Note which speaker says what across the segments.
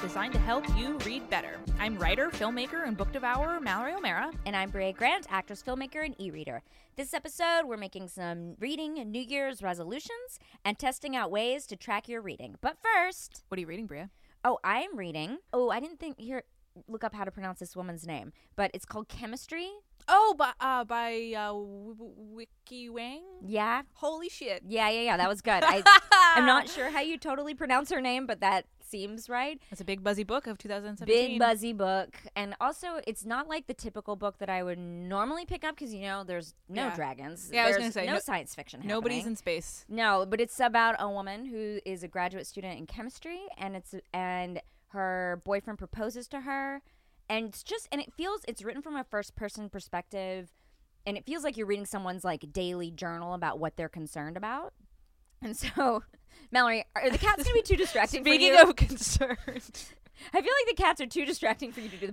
Speaker 1: designed to help you read better. I'm writer, filmmaker, and book devourer Mallory O'Mara.
Speaker 2: And I'm Bria Grant, actress, filmmaker, and e reader. This episode, we're making some reading and New Year's resolutions and testing out ways to track your reading. But first,
Speaker 1: What are you reading, Bria?
Speaker 2: oh, I'm reading. Oh, I didn't think here. Look up how to pronounce this woman's name, but it's called Chemistry.
Speaker 1: Oh, by uh, by uh, w- w- Wiki Wang.
Speaker 2: Yeah,
Speaker 1: Holy shit!
Speaker 2: yeah, yeah, yeah. That was good. I, I'm not sure how you totally pronounce her name, but that seems right.
Speaker 1: That's a big buzzy book of 2017.
Speaker 2: Big buzzy book, and also it's not like the typical book that I would normally pick up because you know there's no
Speaker 1: Yeah.
Speaker 2: dragons.
Speaker 1: Yeah, I was
Speaker 2: there's
Speaker 1: gonna say,
Speaker 2: no,
Speaker 1: no-
Speaker 2: science fiction.
Speaker 1: Nobody's
Speaker 2: happening.
Speaker 1: in space.
Speaker 2: No, but it's about a woman who is a graduate student in chemistry, and it's and her boyfriend proposes to her, and it's just and it feels it's written from a first person perspective, and it feels like you're reading someone's like daily journal about what they're concerned about, and so. Mallory, are the cats gonna be too distracting for
Speaker 1: Speaking
Speaker 2: you?
Speaker 1: of concerned,
Speaker 2: I feel like the cats are too distracting for you to do the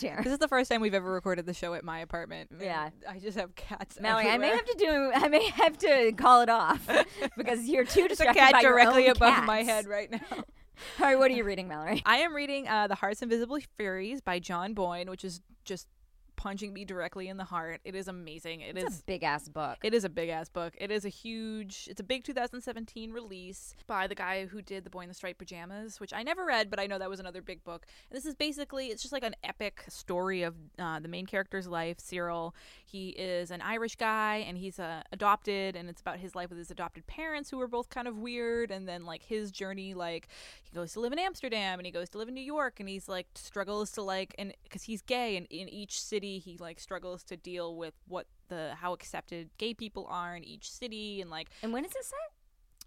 Speaker 2: here.
Speaker 1: this is the first time we've ever recorded the show at my apartment.
Speaker 2: Yeah.
Speaker 1: I just have cats.
Speaker 2: Mallory, I may
Speaker 1: everywhere.
Speaker 2: have to do. I may have to call it off because you're too
Speaker 1: There's a
Speaker 2: distracted
Speaker 1: cat
Speaker 2: by your
Speaker 1: directly
Speaker 2: own
Speaker 1: above my
Speaker 2: cats.
Speaker 1: head right now.
Speaker 2: All right, what are you reading, Mallory?
Speaker 1: I am reading uh, The Heart's Invisible Furies by John Boyne, which is just punching me directly in the heart. It is amazing. It
Speaker 2: It's
Speaker 1: is-
Speaker 2: a big ass book.
Speaker 1: It is a big ass book. It is a huge. It's a big 2017 release by the guy who did The Boy in the Striped Pajamas, which I never read, but I know that was another big book. And this is basically it's just like an epic story of uh, the main character's life. Cyril, he is an Irish guy, and he's uh, adopted, and it's about his life with his adopted parents, who were both kind of weird, and then like his journey. Like he goes to live in Amsterdam, and he goes to live in New York, and he's like struggles to like, and because he's gay, and in each city he like struggles to deal with what the how accepted gay people are in each city and like
Speaker 2: and when is it set?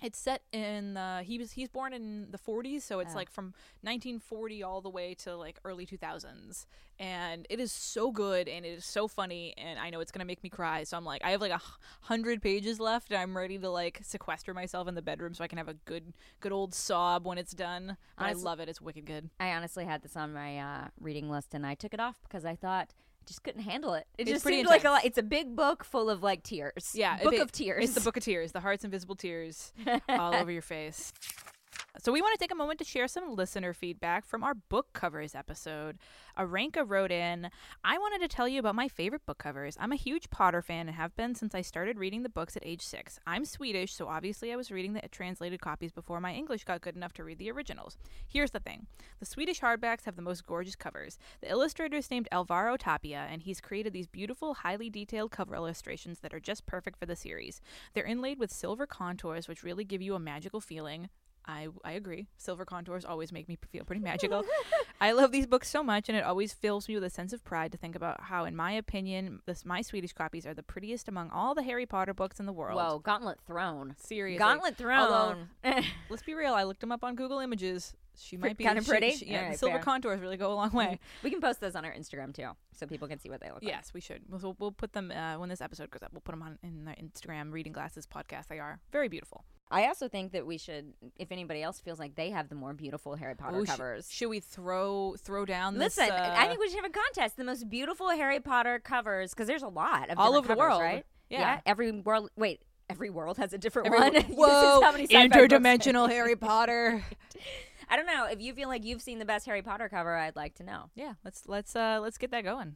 Speaker 1: it's set in the he was he's born in the 40s so it's
Speaker 2: Oh.
Speaker 1: like from 1940 all the way to like early 2000s and it is so good and it is so funny and i know it's gonna make me cry so i'm like i have like a h- hundred pages left and i'm ready to like sequester myself in the bedroom so i can have a good good old sob when it's done But i
Speaker 2: Honestly-
Speaker 1: love it it's wicked good
Speaker 2: I honestly had this on my uh, reading list, and I took it off because I thought I just couldn't handle it. It
Speaker 1: It's
Speaker 2: just
Speaker 1: pretty
Speaker 2: seemed like a
Speaker 1: intense.
Speaker 2: lot. It's a big book full of like tears.
Speaker 1: Yeah, if
Speaker 2: book
Speaker 1: it-
Speaker 2: of tears.
Speaker 1: It's the Book of Tears, the Heart's Invisible Tears all over your face. So, we want to take a moment to share some listener feedback from our book covers episode. Aranka wrote in I wanted to tell you about my favorite book covers. I'm a huge Potter fan and have been since I started reading the books at age six. I'm Swedish, so obviously I was reading the translated copies before my English got good enough to read the originals. Here's the thing the Swedish hardbacks have the most gorgeous covers. The illustrator is named Alvaro Tapia, and he's created these beautiful, highly detailed cover illustrations that are just perfect for the series. They're inlaid with silver contours, which really give you a magical feeling. I, I agree. Silver contours always make me p- feel pretty magical. I love these books so much, and it always fills me with a sense of pride to think about how, in my opinion, this, my Swedish copies are the prettiest among all the Harry Potter books in the world.
Speaker 2: Whoa, Gauntlet Throne.
Speaker 1: Seriously.
Speaker 2: Gauntlet
Speaker 1: Although,
Speaker 2: Throne.
Speaker 1: let's be real. I looked them up on Google Images. She might be
Speaker 2: kinda
Speaker 1: she-
Speaker 2: pretty?
Speaker 1: she- yeah,
Speaker 2: All
Speaker 1: the
Speaker 2: right,
Speaker 1: silver
Speaker 2: fair.
Speaker 1: contours really go a long way.
Speaker 2: we can post those on our Instagram too, so people can see what they look like.
Speaker 1: Yes, we should. We'll- We'll, we'll put them uh, when this episode goes up. We'll put them on in their Instagram reading glasses podcast. They are very beautiful.
Speaker 2: I also think that we should, if anybody else feels like they have the more beautiful Harry Potter
Speaker 1: Oh, sh-
Speaker 2: covers.
Speaker 1: should we throw throw down? this,
Speaker 2: Listen, I
Speaker 1: uh,
Speaker 2: think we should have a contest. The most beautiful Harry Potter covers, because there's a lot of
Speaker 1: all
Speaker 2: different
Speaker 1: over the
Speaker 2: covers,
Speaker 1: world,
Speaker 2: right?
Speaker 1: Yeah.
Speaker 2: every world. Wait, every world has a different
Speaker 1: Every-
Speaker 2: one. This is
Speaker 1: Whoa!
Speaker 2: how many sci-fi books-
Speaker 1: interdimensional Harry Potter.
Speaker 2: I don't know if you feel like you've seen the best Harry Potter cover. I'd like to know.
Speaker 1: Yeah, let's let's uh let's get that going.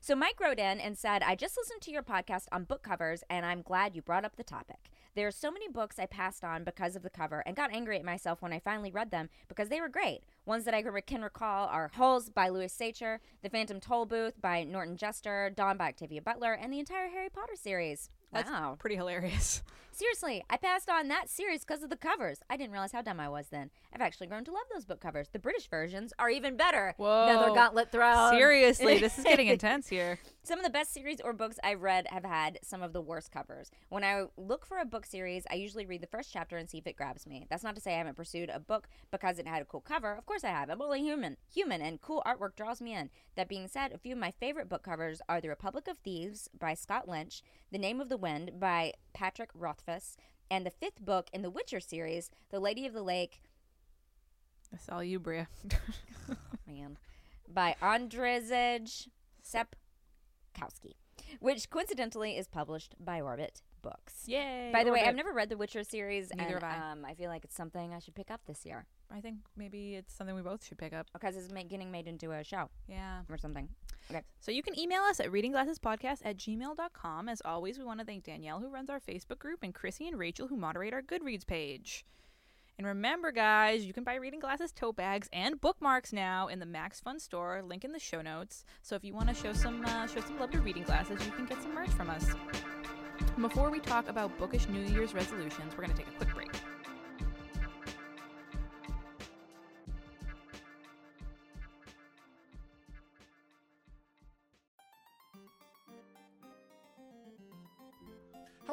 Speaker 2: So Mike wrote in and said, I just listened to your podcast on book covers and I'm glad you brought up the topic. There are so many books I passed on because of the cover and got angry at myself when I finally read them because they were great. Ones that I re- can recall are Holes by Louis Sacher, The Phantom Toll Booth by Norton Jester, Dawn by Octavia Butler, and the entire Harry Potter series.
Speaker 1: That's
Speaker 2: wow.
Speaker 1: pretty hilarious.
Speaker 2: Seriously, I passed on that series because of the covers. I didn't realize how dumb I was then. I've actually grown to love those book covers. The British versions are even better. Another
Speaker 1: Whoa.
Speaker 2: gauntlet
Speaker 1: Um,
Speaker 2: throw.
Speaker 1: Seriously, this is getting intense here.
Speaker 2: Some of the best series or books I've read have had some of the worst covers. When I look for a book series, I usually read the first chapter and see if it grabs me. That's not to say I haven't pursued a book because it had a cool cover. Of course I have. I'm only human. Human and cool artwork draws me in. That being said, a few of my favorite book covers are The Republic of Thieves by Scott Lynch, The Name of the Wind by Patrick Rothfuss, and the fifth book in the Witcher series, The Lady of the Lake
Speaker 1: That's all you, Bria.
Speaker 2: man, by Andrzej Sepkowski, which coincidentally is published by Orbit Books.
Speaker 1: Yay!
Speaker 2: By the way,
Speaker 1: Orbit.
Speaker 2: I've never read the Witcher series,
Speaker 1: Neither
Speaker 2: and
Speaker 1: have I.
Speaker 2: Um, I feel like it's something I should pick up this year.
Speaker 1: I think maybe it's something we both should pick up.
Speaker 2: because it's ma- getting made into a show
Speaker 1: Yeah.
Speaker 2: or something.
Speaker 1: So you can email us at readingglassespodcast at gmail.com. As always, we want to thank Danielle, who runs our Facebook group, and Chrissy and Rachel, who moderate our Goodreads page. And remember, guys, you can buy Reading Glasses tote bags and bookmarks now in the Max Fun store. Link in the show notes. So if you want to show some uh, show some love to Reading Glasses, you can get some merch from us. Before we talk about bookish New Year's resolutions, we're going to take a quick break.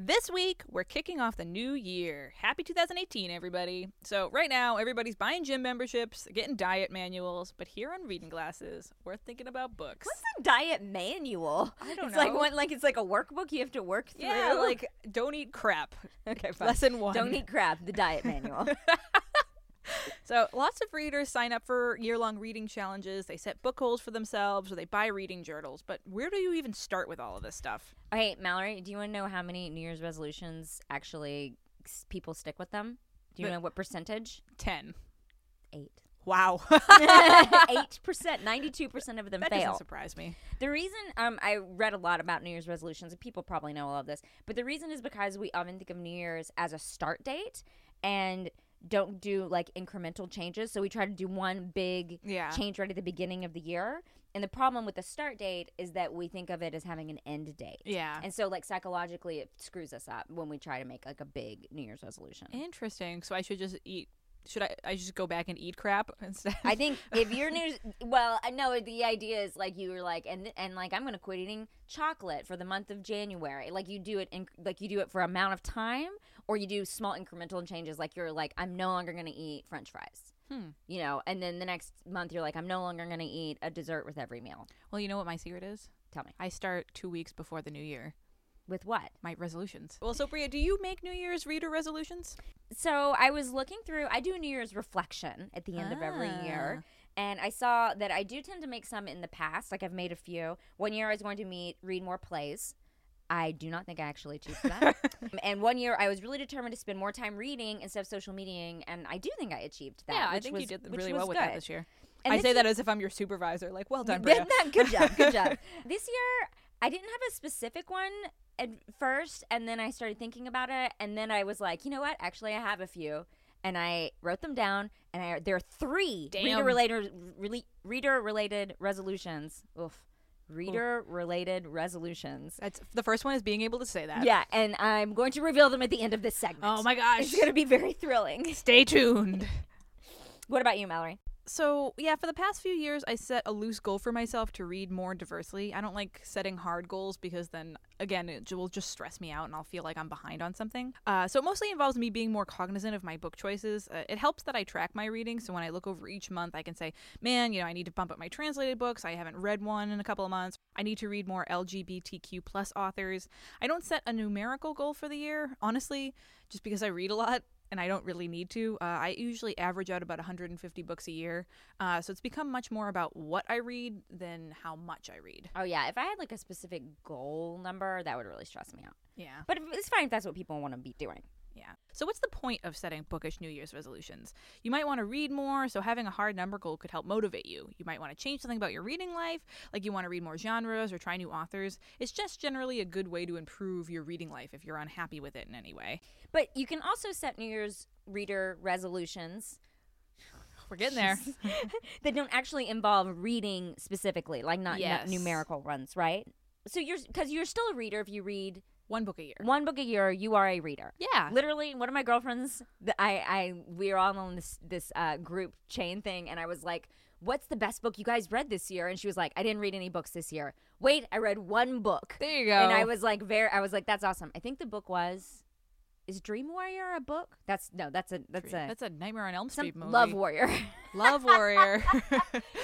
Speaker 1: This week, we're kicking off the new year. Happy 2018, everybody. So, right now, everybody's buying gym memberships, getting diet manuals, but here on Reading Glasses, we're thinking about books.
Speaker 2: What's a diet manual? I
Speaker 1: don't
Speaker 2: it's Like
Speaker 1: know.
Speaker 2: one, like it's like a workbook you have to work through.
Speaker 1: yeah, like don't eat crap.
Speaker 2: okay, fine.
Speaker 1: Lesson one.
Speaker 2: Don't eat crab. The diet manual.
Speaker 1: So, lots of readers sign up for year long reading challenges. They set book goals for themselves or they buy reading journals. But where do you even start with all of this stuff?
Speaker 2: okay, Mallory, do you want to know how many New Year's resolutions actually s- people stick with them? Do you
Speaker 1: But-
Speaker 2: know what percentage?
Speaker 1: 10.
Speaker 2: Eight.
Speaker 1: Wow.
Speaker 2: Eight percent, ninety-two percent of them
Speaker 1: that doesn't
Speaker 2: fail.
Speaker 1: surprise me.
Speaker 2: The reason um, I read a lot about New Year's resolutions, and people probably know all of this, but the reason is because we often think of New Year's as a start date and don't do like incremental changes. So we try to do one big
Speaker 1: Yeah.
Speaker 2: change right at the beginning of the year. And the problem with the start date is that we think of it as having an end date.
Speaker 1: Yeah.
Speaker 2: And so, like, psychologically, it screws us up when we try to make like a big New Year's resolution.
Speaker 1: Interesting. So, I should just eat. Should I, I just go back and eat crap instead?
Speaker 2: I think if you're new, well, I know the idea is like you were like, and and like I'm gonna quit eating chocolate for the month of January. Like you do it, in, like you do it for amount of time, or you do small incremental changes. Like you're like, I'm no longer gonna eat French fries.
Speaker 1: Hmm.
Speaker 2: You know, and then the next month you're like, I'm no longer gonna eat a dessert with every meal.
Speaker 1: Well, you know what my secret is?
Speaker 2: Tell me
Speaker 1: I start two weeks before the new year.
Speaker 2: with what?
Speaker 1: My resolutions. Well, so Bria, do you make New Year's reader resolutions?
Speaker 2: so I was looking through. I do a New Year's reflection at the end of every year,
Speaker 1: Ah.
Speaker 2: and I saw that I do tend to make some in the past. Like I've made a few. One year I was going to meet read more plays. I do not think I actually achieved that. and one year I was really determined to spend more time reading instead of social mediaing, and I do think I achieved that.
Speaker 1: yeah, I
Speaker 2: which
Speaker 1: think you
Speaker 2: was-
Speaker 1: did
Speaker 2: which
Speaker 1: really
Speaker 2: was
Speaker 1: well with
Speaker 2: good.
Speaker 1: that this year.
Speaker 2: And
Speaker 1: I
Speaker 2: this
Speaker 1: say
Speaker 2: year-
Speaker 1: that as if I'm your supervisor. Like, well done, Bria.
Speaker 2: Good, no, good job. Good job. this year, I didn't have a specific one at first, and then I started thinking about it, and then I was like, you know what? Actually, I have a few, and I wrote them down, and I, there are three
Speaker 1: Damn.
Speaker 2: reader related reader related resolutions. Oof, reader related resolutions.
Speaker 1: That's the first one is being able to say that.
Speaker 2: Yeah, and I'm going to reveal them at the end of this segment.
Speaker 1: Oh my gosh.
Speaker 2: It's going to be very thrilling.
Speaker 1: Stay tuned.
Speaker 2: What about you, Mallory?
Speaker 1: So, yeah, for the past few years, I set a loose goal for myself to read more diversely. I don't like setting hard goals because then, again, it ju- will just stress me out and I'll feel like I'm behind on something. Uh, so, it mostly involves me being more cognizant of my book choices. Uh, it helps that I track my reading. So, when I look over each month, I can say, man, you know, I need to bump up my translated books. I haven't read one in a couple of months. I need to read more LGBTQ plus authors. I don't set a numerical goal for the year, honestly, just because I read a lot and I don't really need to. Uh, I usually average out about 150 books a year. Uh, so it's become much more about what I read than how much I read.
Speaker 2: Oh yeah, if I had like a specific goal number, that would really stress me out.
Speaker 1: Yeah.
Speaker 2: But it's fine if that's what people want to be doing.
Speaker 1: Yeah. So what's the point of setting bookish New Year's resolutions? You might want to read more, so having a hard number goal could help motivate you. You might want to change something about your reading life, like you want to read more genres or try new authors. It's just generally a good way to improve your reading life if you're unhappy with it in any way.
Speaker 2: But you can also set New Year's reader resolutions
Speaker 1: We're getting there.
Speaker 2: that don't actually involve reading specifically, like not, not
Speaker 1: Yes.
Speaker 2: numerical ones, right? So you're because you're still a reader if you read
Speaker 1: One book a year.
Speaker 2: one book a year, you are a reader.
Speaker 1: Yeah.
Speaker 2: Literally, one of my girlfriends, th- I, I, we were all on this this uh, group chain thing, and I was like, "What's the best book you guys read this year?" And she was like, "I didn't read any books this year. Wait, I read one book."
Speaker 1: There you go.
Speaker 2: And I was like, very, I was like, "That's awesome." I think the book was is Dream Warrior a book? That's no, that's a that's a
Speaker 1: That's a Nightmare on Elm
Speaker 2: some-
Speaker 1: Street movie.
Speaker 2: Love Warrior.
Speaker 1: Love Warrior.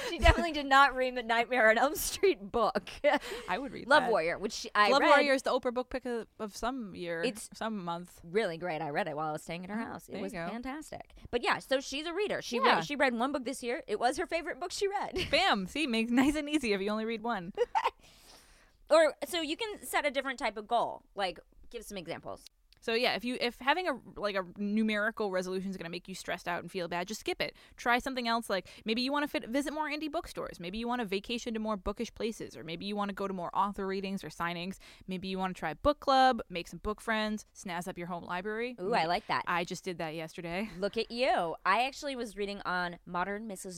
Speaker 2: she definitely did not read the Nightmare on Elm Street book.
Speaker 1: I would read
Speaker 2: Love
Speaker 1: that.
Speaker 2: Warrior, which she, I
Speaker 1: Love
Speaker 2: read.
Speaker 1: Warrior is the Oprah book pick of, of some year,
Speaker 2: It's-
Speaker 1: some month.
Speaker 2: really great. I read it while I was staying at her house.
Speaker 1: Mm,
Speaker 2: It
Speaker 1: there you
Speaker 2: was
Speaker 1: go.
Speaker 2: fantastic. But yeah, so she's a reader. She
Speaker 1: Yeah.
Speaker 2: read, she read one book this year. It was her favorite book she read.
Speaker 1: Bam! See, makes nice and easy if you only read one.
Speaker 2: or so you can set a different type of goal. Like give some examples.
Speaker 1: So yeah, if you if having a like a numerical resolution is going to make you stressed out and feel bad, just skip it. Try something else like maybe you want to fit, visit more indie bookstores, maybe you want to vacation to more bookish places, or maybe you want to go to more author readings or signings, maybe you want to try book club, make some book friends, snazz up your home library.
Speaker 2: Ooh, I like that.
Speaker 1: I just did that yesterday.
Speaker 2: Look at you. I actually was reading on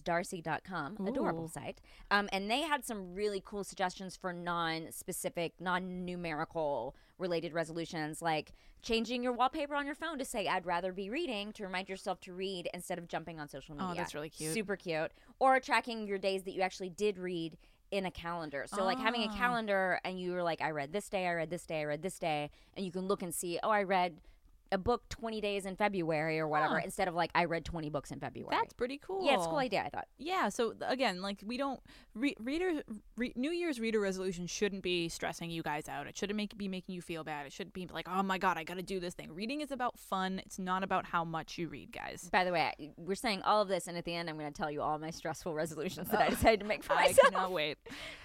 Speaker 2: modernmrsdarcy.com, adorable
Speaker 1: Ooh.
Speaker 2: site. Um, and they had some really cool suggestions for non specific, non numerical related resolutions, like changing your wallpaper on your phone to say, I'd rather be reading to remind yourself to read instead of jumping on social media.
Speaker 1: Oh, that's really cute.
Speaker 2: Super cute. Or tracking your days that you actually did read in a calendar. So, like having a
Speaker 1: Ah.
Speaker 2: calendar and you were like, I read this day, I read this day, I read this day. And you can look and see, oh, I read a book 20 days in February or whatever
Speaker 1: Huh.
Speaker 2: instead of like I read 20 books in February.
Speaker 1: That's pretty cool.
Speaker 2: Yeah, it's a cool idea, I thought.
Speaker 1: Yeah. So th- again, like we don't re- reader re- New Year's reader resolution shouldn't be stressing you guys out. It shouldn't make be making you feel bad. It shouldn't be like, oh my god, I got to do this thing. Reading is about fun. It's not about how much you read, guys.
Speaker 2: By the way, I- we're saying all of this and at the end I'm going to tell you all my stressful resolutions that I decided to make for
Speaker 1: I
Speaker 2: myself.
Speaker 1: cannot wait.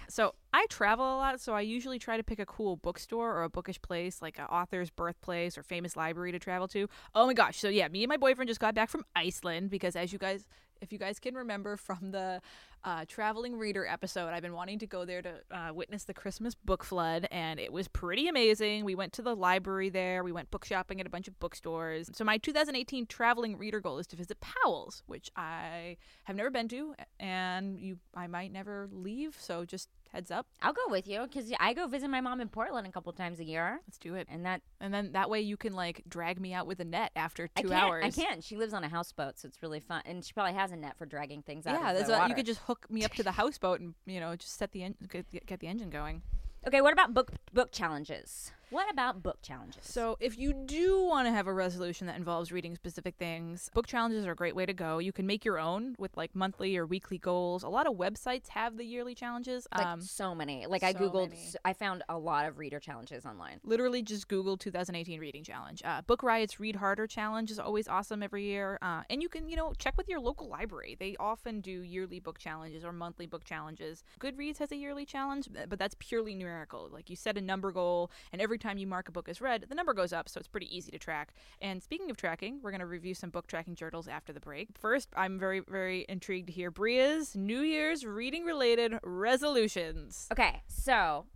Speaker 1: So I travel a lot, so I usually try to pick a cool bookstore or a bookish place, like an author's birthplace or famous library to travel to. Oh my gosh! So yeah, me and my boyfriend just got back from Iceland because, as you guys, if you guys can remember from the uh, traveling reader episode, I've been wanting to go there to uh, witness the Christmas book flood, and it was pretty amazing. We went to the library there. We went book shopping at a bunch of bookstores. So my 2018 traveling reader goal is to visit Powell's, which I have never been to, and you, I might never leave. So just heads up,
Speaker 2: I'll go with you cuz I go visit my mom in Portland a couple times a year
Speaker 1: let's do it,
Speaker 2: and that
Speaker 1: and then that way you can like drag me out with a net after
Speaker 2: I
Speaker 1: two
Speaker 2: can't,
Speaker 1: hours.
Speaker 2: I can't. She lives on a houseboat, so it's really fun and she probably has a net for dragging things out.
Speaker 1: Yeah,
Speaker 2: of
Speaker 1: that's
Speaker 2: the
Speaker 1: what,
Speaker 2: water.
Speaker 1: you could just hook me up to the houseboat and you know just set the en- get, get the engine going.
Speaker 2: Okay, what about book book challenges? What about book challenges?
Speaker 1: So, if you do want to have a resolution that involves reading specific things, book challenges are a great way to go. You can make your own with like monthly or weekly goals. A lot of websites have the yearly challenges.
Speaker 2: like
Speaker 1: um,
Speaker 2: so many. Like I
Speaker 1: so
Speaker 2: googled
Speaker 1: many.
Speaker 2: s- I found a lot of reader challenges online.
Speaker 1: literally just Google 2018 reading challenge. Uh, book Riot's Read Harder challenge is always awesome every year. Uh, and you can, you know, check with your local library. They often do yearly book challenges or monthly book challenges. Goodreads has a yearly challenge, b- but that's purely numerical. Like you set a number goal, and every time you mark a book as read, the number goes up, so it's pretty easy to track. And speaking of tracking, we're going to review some book tracking journals after the break. First, I'm very, very intrigued to hear Bria's New Year's reading related resolutions.
Speaker 2: Okay, so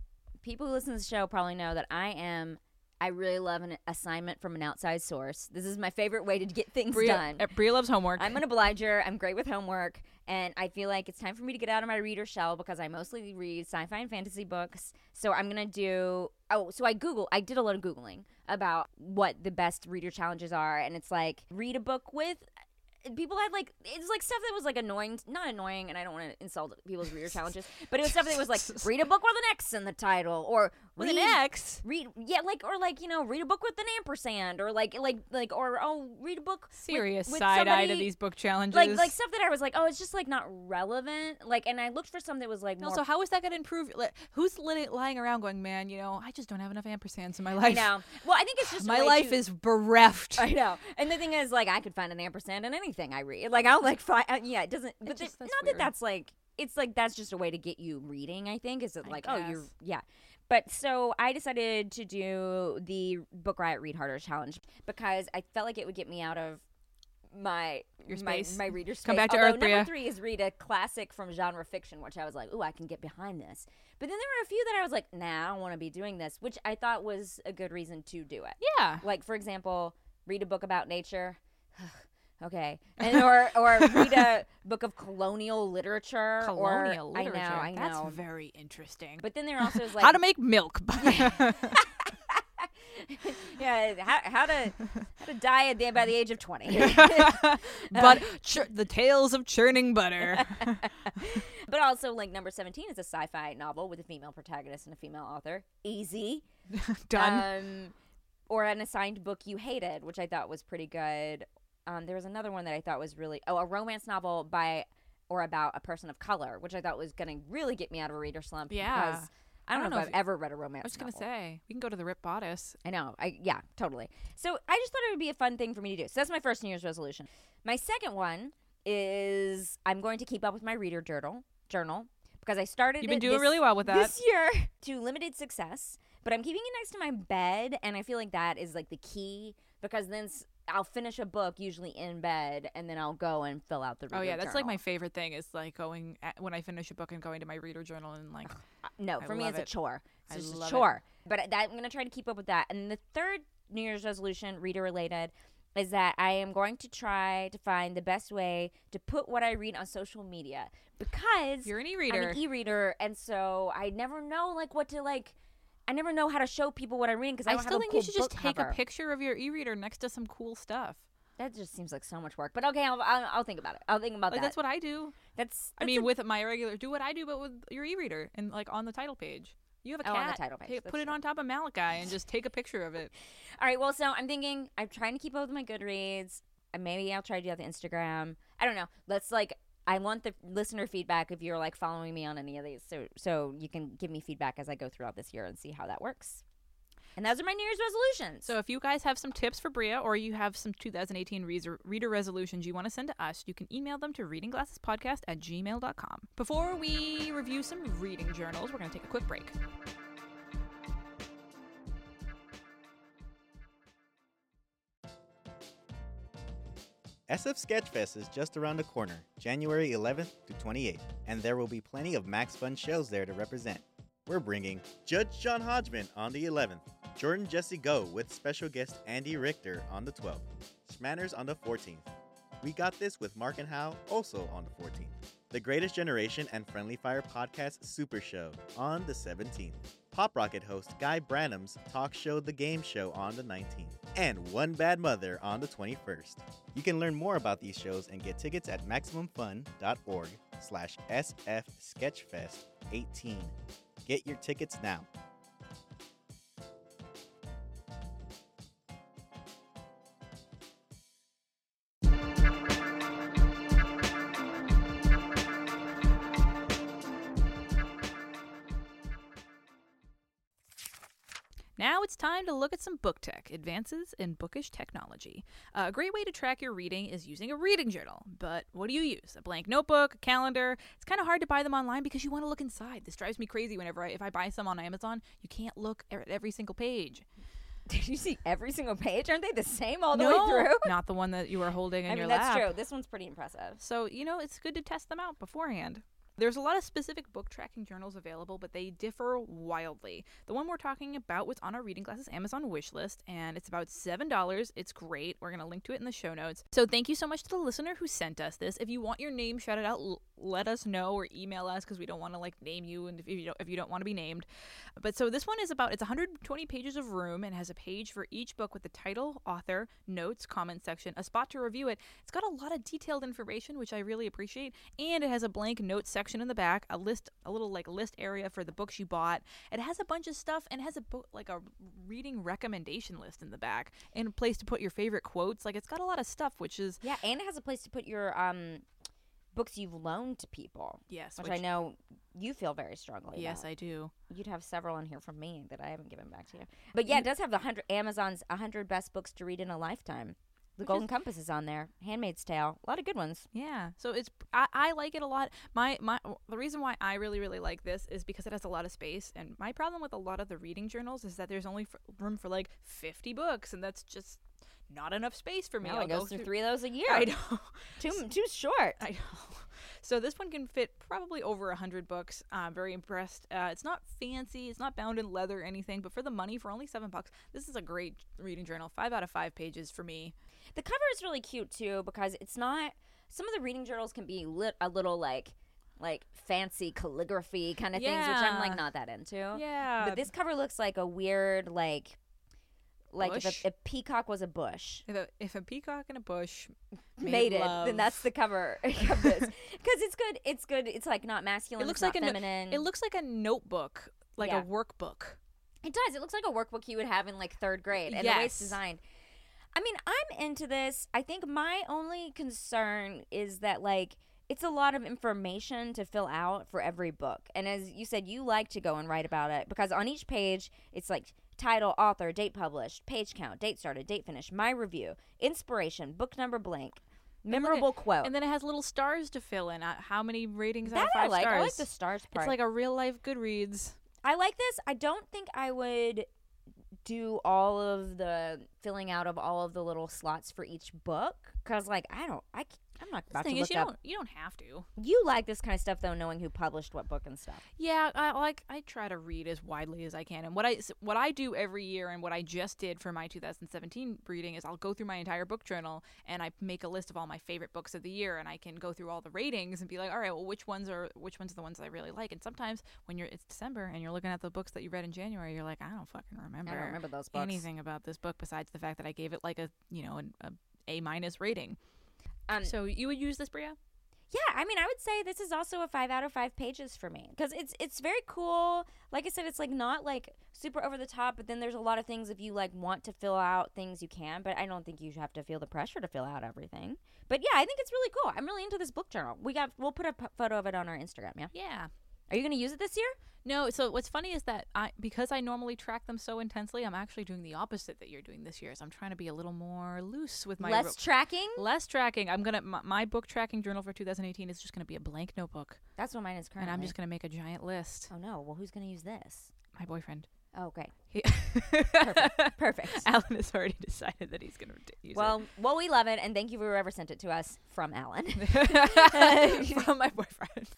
Speaker 2: people who listen to the show probably know that I am. I really love an assignment from an outside source. This is my favorite way to get things
Speaker 1: Bria,
Speaker 2: done.
Speaker 1: uh, Bria loves homework.
Speaker 2: I'm an obliger. I'm great with homework, and I feel like it's time for me to get out of my reader shell because I mostly read sci-fi and fantasy books. So I'm gonna do. Oh, so I Google. I did a lot of googling about what the best reader challenges are, and it's like read a book with. People had like it's like stuff that was like annoying, not annoying, and I don't want to insult people's reader challenges, but it was stuff that was like read a book with an X in the title, or
Speaker 1: with an
Speaker 2: read-
Speaker 1: X.
Speaker 2: read yeah like or like you know read a book with an ampersand or like like like or oh read a book with-
Speaker 1: serious
Speaker 2: with
Speaker 1: side eye to
Speaker 2: somebody-
Speaker 1: these book challenges.
Speaker 2: like like stuff that i was like oh it's just like not relevant like and i looked for something that was like more
Speaker 1: also, how is that going to improve? Like, who's li- lying around going, man? You know, I just don't have enough ampersands in my
Speaker 2: i
Speaker 1: life.
Speaker 2: know well i think it's just a
Speaker 1: My
Speaker 2: way
Speaker 1: life
Speaker 2: to-
Speaker 1: is bereft.
Speaker 2: i know and the thing is like i could find an ampersand in anything i read like i'll like find uh, yeah it doesn't but there's
Speaker 1: just- that's
Speaker 2: not that
Speaker 1: weird.
Speaker 2: that's like it's like that's just a way to get you reading i think is it
Speaker 1: I
Speaker 2: like oh you're
Speaker 1: guess.
Speaker 2: yeah but so i decided to do the book riot read harder challenge because i felt like it would get me out of my
Speaker 1: Your
Speaker 2: my,
Speaker 1: space.
Speaker 2: my reader space.
Speaker 1: Come back to
Speaker 2: Although
Speaker 1: Earth,
Speaker 2: number
Speaker 1: Bria.
Speaker 2: three is read a classic from genre fiction, which I was like, ooh, I can get behind this. But then there were a few that I was like, nah, I don't want to be doing this, which I thought was a good reason to do it.
Speaker 1: yeah.
Speaker 2: Like for example, read a book about nature. okay, and or or read a book of colonial literature. or-
Speaker 1: Colonial literature.
Speaker 2: I know, I know.
Speaker 1: That's very interesting.
Speaker 2: but then there also is like Uh,
Speaker 1: how to make milk.
Speaker 2: yeah how, how to how to die at the, by the age of twenty.
Speaker 1: but chur- the tales of churning butter.
Speaker 2: But also, like number seventeen is a sci-fi novel with a female protagonist and a female author. Easy.
Speaker 1: Done.
Speaker 2: Um, or an assigned book you hated, which I thought was pretty good. Um, there was another one that I thought was really oh, a romance novel by or about a person of color, which I thought was going to really get me out of a reader slump.
Speaker 1: Yeah.
Speaker 2: because I don't, know, if I've ever read a
Speaker 1: I
Speaker 2: romance.
Speaker 1: was going to
Speaker 2: novel.
Speaker 1: say, we can go to the Rip Bodice.
Speaker 2: I know. I yeah, totally. So I just thought it would be a fun thing for me to do. So that's my first New Year's resolution. My second one is I'm going to keep up with my reader journal journal because I started.
Speaker 1: You've been
Speaker 2: it
Speaker 1: doing
Speaker 2: this-
Speaker 1: really well with that.
Speaker 2: this year to limited success. But I'm keeping it next to my bed, and I feel like that is like the key because then s- I'll finish a book usually in bed, and then I'll go and fill out the. Reader
Speaker 1: Oh yeah, that's like
Speaker 2: journal.
Speaker 1: my favorite thing is like going at, when I finish a book and going to my reader journal and like
Speaker 2: Uh, no,
Speaker 1: I
Speaker 2: for me
Speaker 1: love
Speaker 2: it's a
Speaker 1: it.
Speaker 2: chore. It's
Speaker 1: I
Speaker 2: just
Speaker 1: love
Speaker 2: a
Speaker 1: it.
Speaker 2: chore. But that, I'm going to try to keep up with that. And the third New Year's resolution, reader related, is that I am going to try to find the best way to put what I read on social media because
Speaker 1: you're an
Speaker 2: I'm
Speaker 1: e-reader.
Speaker 2: an e-reader, and so I never know like what to like. I never know how to show people what I'm reading because I,
Speaker 1: I
Speaker 2: don't
Speaker 1: still
Speaker 2: have a
Speaker 1: think
Speaker 2: cool
Speaker 1: you should just
Speaker 2: book
Speaker 1: take
Speaker 2: cover.
Speaker 1: a picture of your e-reader next to some cool stuff.
Speaker 2: That just seems like so much work. But okay, I'll, I'll, I'll think about it. I'll think about
Speaker 1: Like
Speaker 2: that.
Speaker 1: that's what I do.
Speaker 2: that's
Speaker 1: I
Speaker 2: that's
Speaker 1: mean,
Speaker 2: a-
Speaker 1: with my regular, do what I do, but with your e-reader and like on the title page. You have a
Speaker 2: Oh,
Speaker 1: cat.
Speaker 2: on the title page,
Speaker 1: take-
Speaker 2: that's
Speaker 1: put it
Speaker 2: true.
Speaker 1: on top of Malachi and just take a picture of it.
Speaker 2: all right. Well, so I'm thinking I'm trying to keep up with my Goodreads. Uh, Maybe I'll try to do the Instagram. I don't know. Let's like. I want the listener feedback if you're like following me on any of these, so so you can give me feedback as I go throughout this year and see how that works. And those are my New Year's resolutions.
Speaker 1: So if you guys have some tips for Bria or you have some 2018 reas- reader resolutions you want to send to us, you can email them to readingglassespodcast at gmail.com. Before we review some reading journals, we're going to take a quick break.
Speaker 3: SF Sketchfest is just around the corner, January 11th to 28th, and there will be plenty of Max Fun shows there to represent. We're bringing Judge John Hodgman on the 11th, Jordan Jesse Go with special guest Andy Richter on the 12th, Schmanners on the 14th. We Got This with Mark and Howe also on the 14th. The Greatest Generation and Friendly Fire Podcast Super Show on the 17th. Pop Rocket host Guy Branum's talk show The Game Show on the 19th. And One Bad Mother on the 21st. You can learn more about these shows and get tickets at MaximumFun.org slash SF Sketchfest 18. Get your tickets now.
Speaker 1: Now it's time to look at some book tech advances in bookish technology. Uh, a great way to track your reading is using a reading journal. But what do you use? A blank notebook, a calendar? It's kind of hard to buy them online because you want to look inside. This drives me crazy whenever I, if I buy some on Amazon, you can't look at every single page.
Speaker 2: did you see every single page? Aren't they the same all the
Speaker 1: no,
Speaker 2: way through?
Speaker 1: not the one that you are holding in
Speaker 2: I
Speaker 1: your
Speaker 2: mean,
Speaker 1: lap.
Speaker 2: that's true. This one's pretty impressive.
Speaker 1: So, you know, it's good to test them out beforehand. There's a lot of specific book tracking journals available, but they differ wildly. The one we're talking about was on our Reading Glasses Amazon wish list, and it's about $7. It's great. We're going to link to it in the show notes. So thank you so much to the listener who sent us this. If you want your name shouted out, l- let us know or email us because we don't want to like name you and if you don't, if you don't want to be named. But so this one is about it's 120 pages of room and has a page for each book with the title, author, notes, comment section, a spot to review it. It's got a lot of detailed information which I really appreciate, and it has a blank notes section in the back, a list, a little like list area for the books you bought. It has a bunch of stuff and has a book like a reading recommendation list in the back and a place to put your favorite quotes. Like it's got a lot of stuff which is
Speaker 2: Yeah, and it has a place to put your um books you've loaned to people.
Speaker 1: Yes,
Speaker 2: which, I
Speaker 1: which-
Speaker 2: know you feel very strongly.
Speaker 1: Yes,
Speaker 2: about.
Speaker 1: I do.
Speaker 2: you'd have several in here from me that I haven't given back to you. But yeah, it does have the hundred Amazon's hundred best books to read in a lifetime. The Golden Compass is on there. Handmaid's Tale, a lot of good ones.
Speaker 1: Yeah. So it's I, I like it a lot. My my the reason why I really really like this is because it has a lot of space. And my problem with a lot of the reading journals is that there's only f- room for like 50 books, and that's just not enough space for me.
Speaker 2: Wow,
Speaker 1: I'll
Speaker 2: it goes
Speaker 1: go
Speaker 2: through
Speaker 1: through-
Speaker 2: three of those a year.
Speaker 1: I know.
Speaker 2: Too too short.
Speaker 1: I know. So this one can fit probably over a hundred books. I'm very impressed. Uh, it's not fancy. It's not bound in leather or anything. But for the money, for only seven bucks, this is a great reading journal. Five out of five pages for me.
Speaker 2: The cover is really cute too because it's not. Some of the reading journals can be lit, a little like, like fancy calligraphy kind of things, which I'm
Speaker 1: Yeah.
Speaker 2: like not that into.
Speaker 1: Yeah.
Speaker 2: But this cover looks like a weird like, like if
Speaker 1: Bush?
Speaker 2: a, if peacock was a bush
Speaker 1: If a, if a peacock in a bush made,
Speaker 2: made, it,
Speaker 1: love,
Speaker 2: then that's the cover of this because it's good. It's good. It's like not masculine.
Speaker 1: it looks
Speaker 2: it's
Speaker 1: like
Speaker 2: not
Speaker 1: a no-
Speaker 2: feminine.
Speaker 1: it looks like a notebook, like
Speaker 2: Yeah.
Speaker 1: a workbook.
Speaker 2: It does. It looks like a workbook you would have in like third grade, and the way
Speaker 1: Yes.
Speaker 2: it's designed. I mean, I'm into this. I think my only concern is that like it's a lot of information to fill out for every book, and as you said, you like to go and write about it because on each page it's like title, author, date published, page count, date started, date finished, my review, inspiration, book number blank, memorable quote.
Speaker 1: And then it has little stars to fill in. Uh, how many ratings out of
Speaker 2: that I
Speaker 1: five
Speaker 2: like.
Speaker 1: stars?
Speaker 2: I like the stars part.
Speaker 1: It's like a real life Goodreads.
Speaker 2: I like this. I don't think I would do all of the filling out of all of the little slots for each book because, like, I don't, I, c- I'm not
Speaker 1: The
Speaker 2: about to
Speaker 1: thing is,
Speaker 2: look
Speaker 1: you
Speaker 2: up.
Speaker 1: don't you don't have to.
Speaker 2: You like this kind of stuff though, knowing who published what book and stuff.
Speaker 1: Yeah, I like I try to read as widely as I can, and what I s- what I do every year, and what I just did for my 2017 reading is I'll go through my entire book journal and I make a list of all my favorite books of the year, and I can go through all the ratings and be like, all right, well, which ones are which ones are the ones that I really like? And sometimes when you're it's December and you're looking at the books that you read in January, you're like, I don't fucking remember.
Speaker 2: I don't remember those books.
Speaker 1: anything about this book besides the fact that I gave it like a you know an, a A minus rating.
Speaker 2: Um,
Speaker 1: so you would use this, Bria?
Speaker 2: Yeah, I mean, I would say this is also a five out of five pages for me because it's it's very cool. Like I said, it's like not like super over the top, but then there's a lot of things if you like want to fill out things you can. But I don't think you should have to feel the pressure to fill out everything. But yeah, I think it's really cool. I'm really into this book journal. We got we'll put a p- photo of it on our Instagram. Yeah,
Speaker 1: Yeah.
Speaker 2: are you gonna use it this year?
Speaker 1: No, so what's funny is that I because I normally track them so intensely, I'm actually doing the opposite that you're doing this year. So I'm trying to be a little more loose with my
Speaker 2: Less
Speaker 1: ro-
Speaker 2: tracking.
Speaker 1: less tracking. I'm gonna my, my book tracking journal for 2018 is just gonna be a blank notebook,
Speaker 2: That's what mine is currently.
Speaker 1: and I'm just gonna make a giant list.
Speaker 2: Oh no! Well, who's gonna use this?
Speaker 1: My boyfriend,
Speaker 2: Oh, great.
Speaker 1: he-
Speaker 2: Perfect. Perfect.
Speaker 1: Alan has already decided that he's gonna d- use
Speaker 2: Well, well, we love it, and thank you for whoever sent it to us from Alan.
Speaker 1: it from my boyfriend.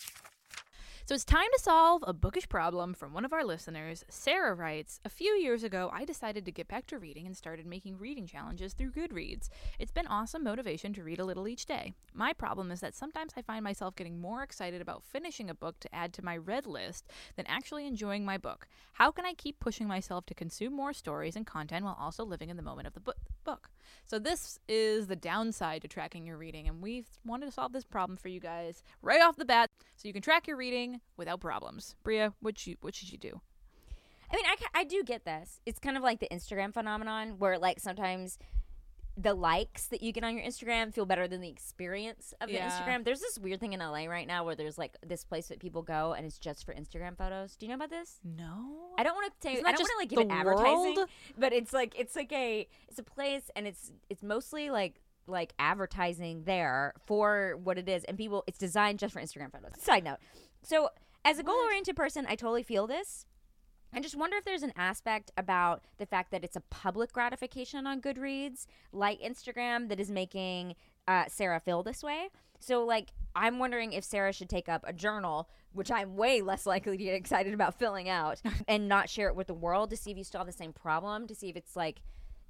Speaker 1: So it's time to solve a bookish problem from one of our listeners. Sarah writes A few years ago, I decided to get back to reading and started making reading challenges through Goodreads. It's been awesome motivation to read a little each day. My problem is that sometimes I find myself getting more excited about finishing a book to add to my read list than actually enjoying my book. How can I keep pushing myself to consume more stories and content while also living in the moment of the bu- book? So, this is the downside to tracking your reading, and we wanted to solve this problem for you guys right off the bat so you can track your reading without problems. Bria, what you what should you do?
Speaker 2: I mean, I, ca- I do get this. It's kind of like the Instagram phenomenon where, like, sometimes the likes that you get on your Instagram feel better than the experience of
Speaker 1: Yeah.
Speaker 2: the Instagram. There's this weird thing in LA right now where there's like this place that people go and it's just for Instagram photos. Do you know about this?
Speaker 1: No.
Speaker 2: I don't want to say.
Speaker 1: Isn't
Speaker 2: I
Speaker 1: that
Speaker 2: don't want
Speaker 1: just
Speaker 2: to like
Speaker 1: the
Speaker 2: give it advertising,
Speaker 1: world?
Speaker 2: but it's like it's like a it's a place, and it's it's mostly like like advertising there for what it is, and people it's designed just for Instagram photos. Side note, so as a goal oriented person, I totally feel this. I just wonder if there's an aspect about the fact that it's a public gratification on Goodreads, like Instagram, that is making uh, Sarah feel this way. So, like, I'm wondering if Sarah should take up a journal, which I'm way less likely to get excited about filling out, and not share it with the world to see if you still have the same problem, to see if it's like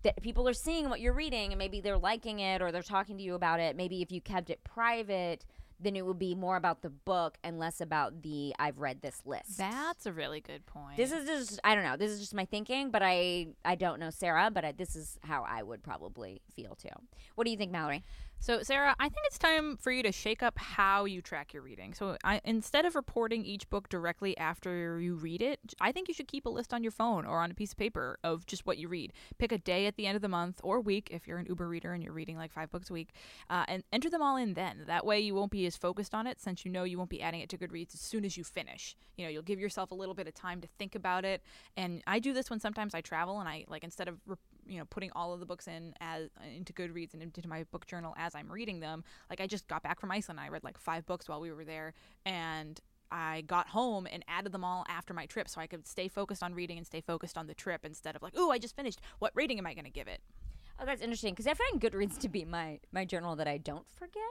Speaker 2: that people are seeing what you're reading and maybe they're liking it or they're talking to you about it. Maybe if you kept it private, then it would be more about the book and less about the I've read this list.
Speaker 1: That's a really good point.
Speaker 2: This is just I don't know. This is just my thinking, but I I don't know Sarah, but I, this is how I would probably feel too. What do you think, Mallory?
Speaker 1: So, Sarah, I think it's time for you to shake up how you track your reading. So, I, instead of reporting each book directly after you read it, j- I think you should keep a list on your phone or on a piece of paper of just what you read. Pick a day at the end of the month or week if you're an Uber reader and you're reading like five books a week, uh, and enter them all in then. That way, you won't be as focused on it since you know you won't be adding it to Goodreads as soon as you finish. You know, you'll give yourself a little bit of time to think about it. And I do this when sometimes I travel and I like instead of re- you know putting all of the books in as into goodreads and into my book journal as i'm reading them like i just got back from iceland i read like five books while we were there and i got home and added them all after my trip so i could stay focused on reading and stay focused on the trip instead of like oh i just finished what rating am i going to give it
Speaker 2: Oh, that's interesting because I find Goodreads to be my my journal that I don't forget.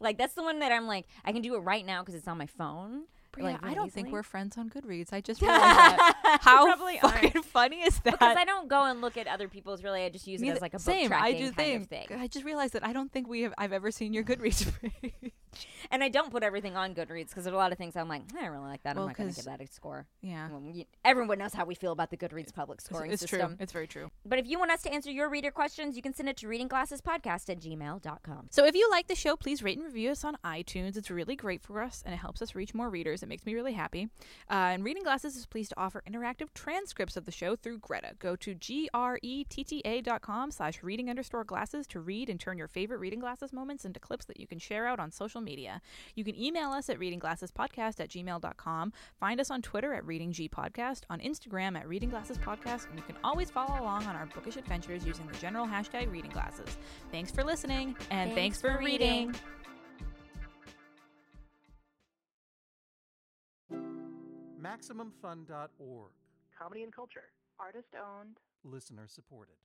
Speaker 2: Like that's the one that I'm like I can do it right now because it's on my phone. like,
Speaker 1: i
Speaker 2: really
Speaker 1: don't think
Speaker 2: easily.
Speaker 1: we're friends on goodreads i just realized that how
Speaker 2: probably
Speaker 1: fucking
Speaker 2: aren't.
Speaker 1: funny is that
Speaker 2: because I don't go and look at other people's. Really, I just use it
Speaker 1: Neither-
Speaker 2: as like a book
Speaker 1: same
Speaker 2: tracking
Speaker 1: i do
Speaker 2: kind
Speaker 1: think
Speaker 2: of thing.
Speaker 1: i just realized that i don't think we have i've ever seen your goodreads page.
Speaker 2: and I don't put everything on Goodreads because there are a lot of things I'm like, I don't really like that.
Speaker 1: Well,
Speaker 2: I'm not going to
Speaker 1: 'cause-
Speaker 2: give that a score.
Speaker 1: Yeah.
Speaker 2: Well, you- Everyone knows how we feel about the Goodreads public
Speaker 1: It's,
Speaker 2: scoring
Speaker 1: it's
Speaker 2: system.
Speaker 1: true. It's very true.
Speaker 2: But if you want us to answer your reader questions, you can send it to readingglassespodcast at gmail.com.
Speaker 1: So if you like the show, please rate and review us on iTunes. It's really great for us and it helps us reach more readers. It makes me really happy. Uh, and Reading Glasses is pleased to offer interactive transcripts of the show through Greta. Go to E G-R-E-T-T-A dot com slash reading underscore glasses to read and turn your favorite Reading Glasses moments into clips that you can share out on social media. You can email us at readingglassespodcast at gmail.com. Find us on Twitter at Reading G Podcast, on Instagram at Reading Glasses Podcast, and you can always follow along on our bookish adventures using the general hashtag Reading Glasses. Thanks for listening, and thanks, for reading.
Speaker 4: MaximumFun.org.
Speaker 5: comedy and culture. Artist owned.
Speaker 4: Listener supported.